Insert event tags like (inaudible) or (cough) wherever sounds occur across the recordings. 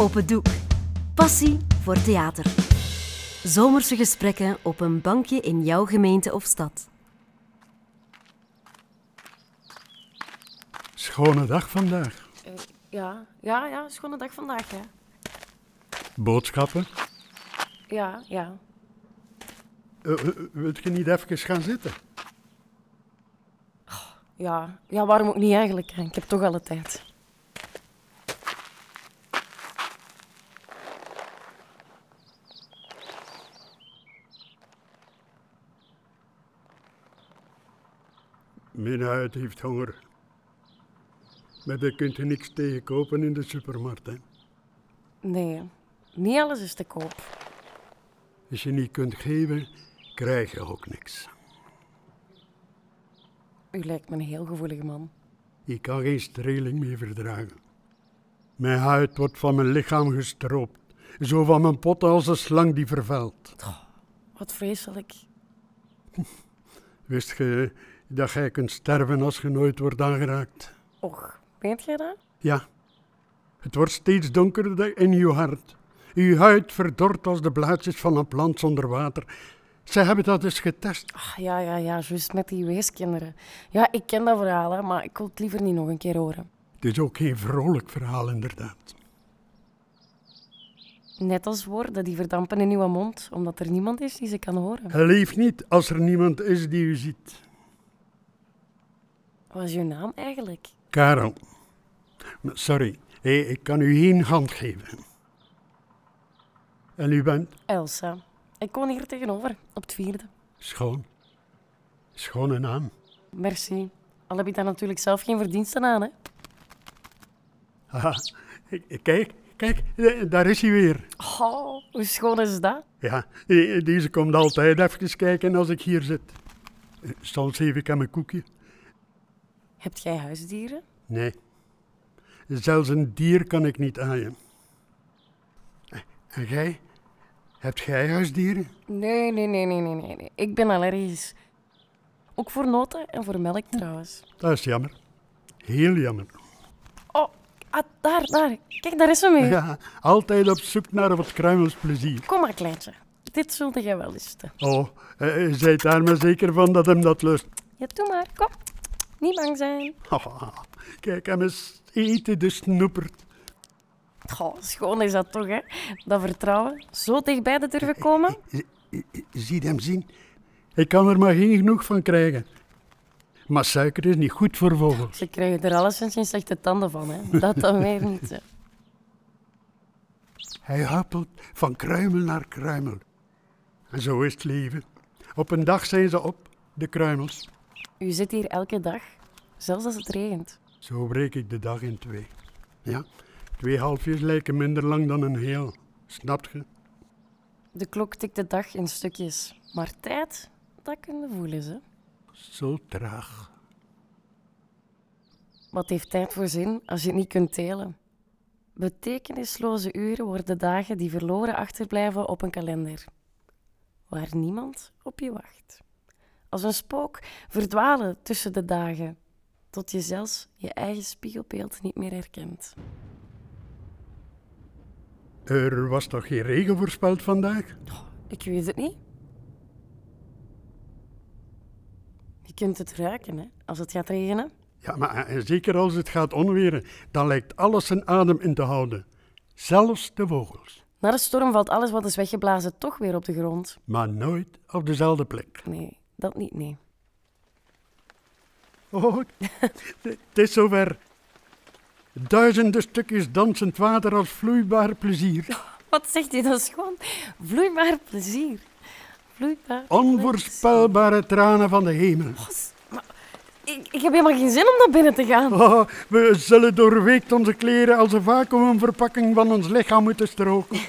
Op het doek. Passie voor theater. Zomerse gesprekken op een bankje in jouw gemeente of stad. Schone dag vandaag. Eh, ja, ja, ja, schone dag vandaag, hè. Boodschappen. Ja, ja. Eh, eh, wilt je niet even gaan zitten? Ja, ja waarom ook niet eigenlijk? hè? Ik heb toch alle tijd. Mijn huid heeft honger. Maar daar kunt u niks tegen kopen in de supermarkt. Hè. Nee, niet alles is te koop. Als je niet kunt geven, krijg je ook niks. U lijkt me een heel gevoelige man. Ik kan geen streling meer verdragen. Mijn huid wordt van mijn lichaam gestroopt. Zo van mijn potten als een slang die vervuilt. Wat vreselijk. Wist je dat jij kunt sterven als je nooit wordt aangeraakt? Och, weet jij dat? Ja. Het wordt steeds donkerder in uw hart. Uw huid verdort als de blaadjes van een plant zonder water. Zij hebben dat eens getest. Ah, ja, ja, ja, juist met die weeskinderen. Ja, ik ken dat verhaal, hè, maar ik wil het liever niet nog een keer horen. Het is ook geen vrolijk verhaal, inderdaad. Net als woorden die verdampen in uw mond, omdat er niemand is die ze kan horen. Hij leeft niet als er niemand is die u ziet. Wat is uw naam eigenlijk? Karel. Sorry, hé, ik kan u geen hand geven. En u bent Elsa. Ik woon hier tegenover, op het vierde. schoon. Schone naam. (laughs) Merci. Al heb ik daar natuurlijk zelf geen verdiensten aan, hè. Haha, kijk, kijk, eh, daar is hij weer. Oh, hoe schoon is dat? Ja, eh, deze komt altijd even kijken als ik hier zit. Eh, Soms geef ik hem een koekje. Hebt jij huisdieren? Nee. Zelfs een dier kan ik niet aaien. Eh, En jij? Hebt jij huisdieren? Nee, nee, nee, nee, nee, nee, nee. Ik ben allergisch. Ook voor noten en voor melk trouwens. Dat is jammer. Heel jammer. Oh, ah, daar, daar. Kijk, daar is hem weer. Ja, altijd op zoek naar wat kruimelsplezier. Kom maar, kleintje. Dit zult jij wel lusten. Oh, eh, eh, zijt daar maar zeker van dat hem dat lust. (laughs) Ja, doe maar. Kom. Niet bang zijn. Haha, kijk hem eens eten, de snoepert. Goh, schoon is dat toch, hè? Dat vertrouwen. Zo dichtbij te durven komen. Zie hem zien. Ik kan er maar geen genoeg van krijgen. Maar suiker is niet goed voor vogels. Ze krijgen er alleszins geen slechte tanden van, hè? Dat dan weer niet. hè. Hij huppelt van kruimel naar kruimel. En zo is het leven. Op een dag zijn ze op, de kruimels. U zit hier elke dag, zelfs als het regent. Zo breek ik de dag in twee. Ja, twee halfjes lijken minder lang dan een heel. Snapt je? De klok tikt de dag in stukjes, maar tijd, dat kunnen we voelen ze. Zo traag. Wat heeft tijd voor zin als je het niet kunt telen? Betekenisloze uren worden dagen die verloren achterblijven op een kalender, waar niemand op je wacht. Als een spook verdwalen tussen de dagen, tot je zelfs je eigen spiegelbeeld niet meer herkent. Er was toch geen regen voorspeld vandaag? Ik weet het niet. Je kunt het ruiken, hè, als het gaat regenen. Ja, maar eh, zeker als het gaat onweren, dan lijkt alles zijn adem in te houden. Zelfs de vogels. Na de storm valt alles wat is weggeblazen toch weer op de grond. Maar nooit op dezelfde plek. Nee, dat niet, nee. Oh, (laughs) het is zover. Duizenden stukjes dansend water als vloeibaar plezier. Wat zegt hij? Dat is gewoon vloeibaar plezier. Vloeibaar Onvoorspelbare tranen van de hemel. plezier. Maar ik, ik heb helemaal geen zin om naar binnen te gaan. Oh, we zullen doorweekt onze kleren als een vacuümverpakking van ons lichaam moeten (laughs) stroken.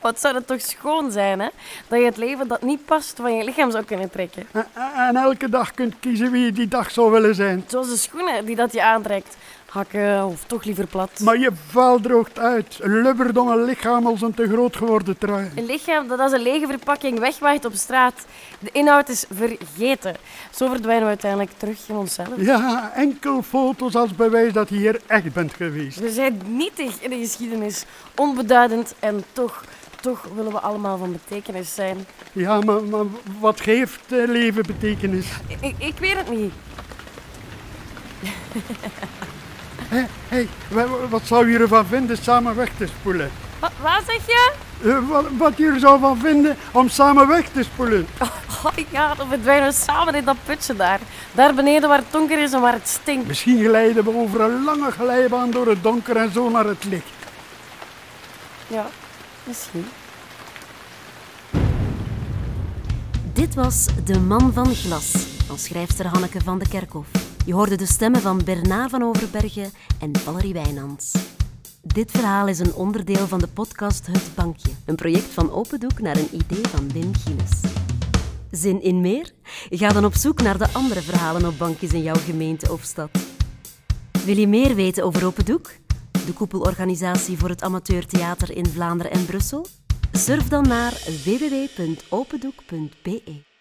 Wat zou het toch schoon zijn, hè? Dat je het leven dat niet past van je lichaam zou kunnen trekken. En- En elke dag kunt kiezen wie je die dag zou willen zijn. Zoals de schoenen die dat je aantrekt. hakken of toch liever plat. Maar je vel droogt uit. Een lubber dan een lichaam als een te groot geworden trui. Een lichaam dat als een lege verpakking wegwaait op straat. De inhoud is vergeten. Zo verdwijnen we uiteindelijk terug in onszelf. Ja, enkel foto's als bewijs dat je hier echt bent geweest. We zijn nietig in de geschiedenis, onbeduidend en toch, toch willen we allemaal van betekenis zijn. Ja, maar, maar wat geeft eh, leven betekenis? Ik- Ik, ik weet het niet. Hé, hé, wa- wa- wat zou je ervan vinden samen weg te spoelen? Wat, wat zeg je? (laughs) Eh, wat, wat je er zou van vinden om samen weg te spoelen? Oh ja, dan verdwijnen we samen in dat putje daar. Daar beneden waar het donker is en waar het stinkt. Misschien glijden we over een lange glijbaan door het donker en zo naar het licht. Ja, misschien. Dit was De Man van Glas van schrijfster Hanneke van de Kerkhof. Je hoorde de stemmen van Bernard van Overbergen en Valerie Wijnands. Dit verhaal is een onderdeel van de podcast Het Bankje, een project van Opendoek naar een idee van Wim Gines. Zin in meer? Ga dan op zoek naar de andere verhalen op bankjes in jouw gemeente of stad. Wil je meer weten over Open Doek? De koepelorganisatie voor het amateurtheater in Vlaanderen en Brussel? Surf dan naar www.opendoek.be.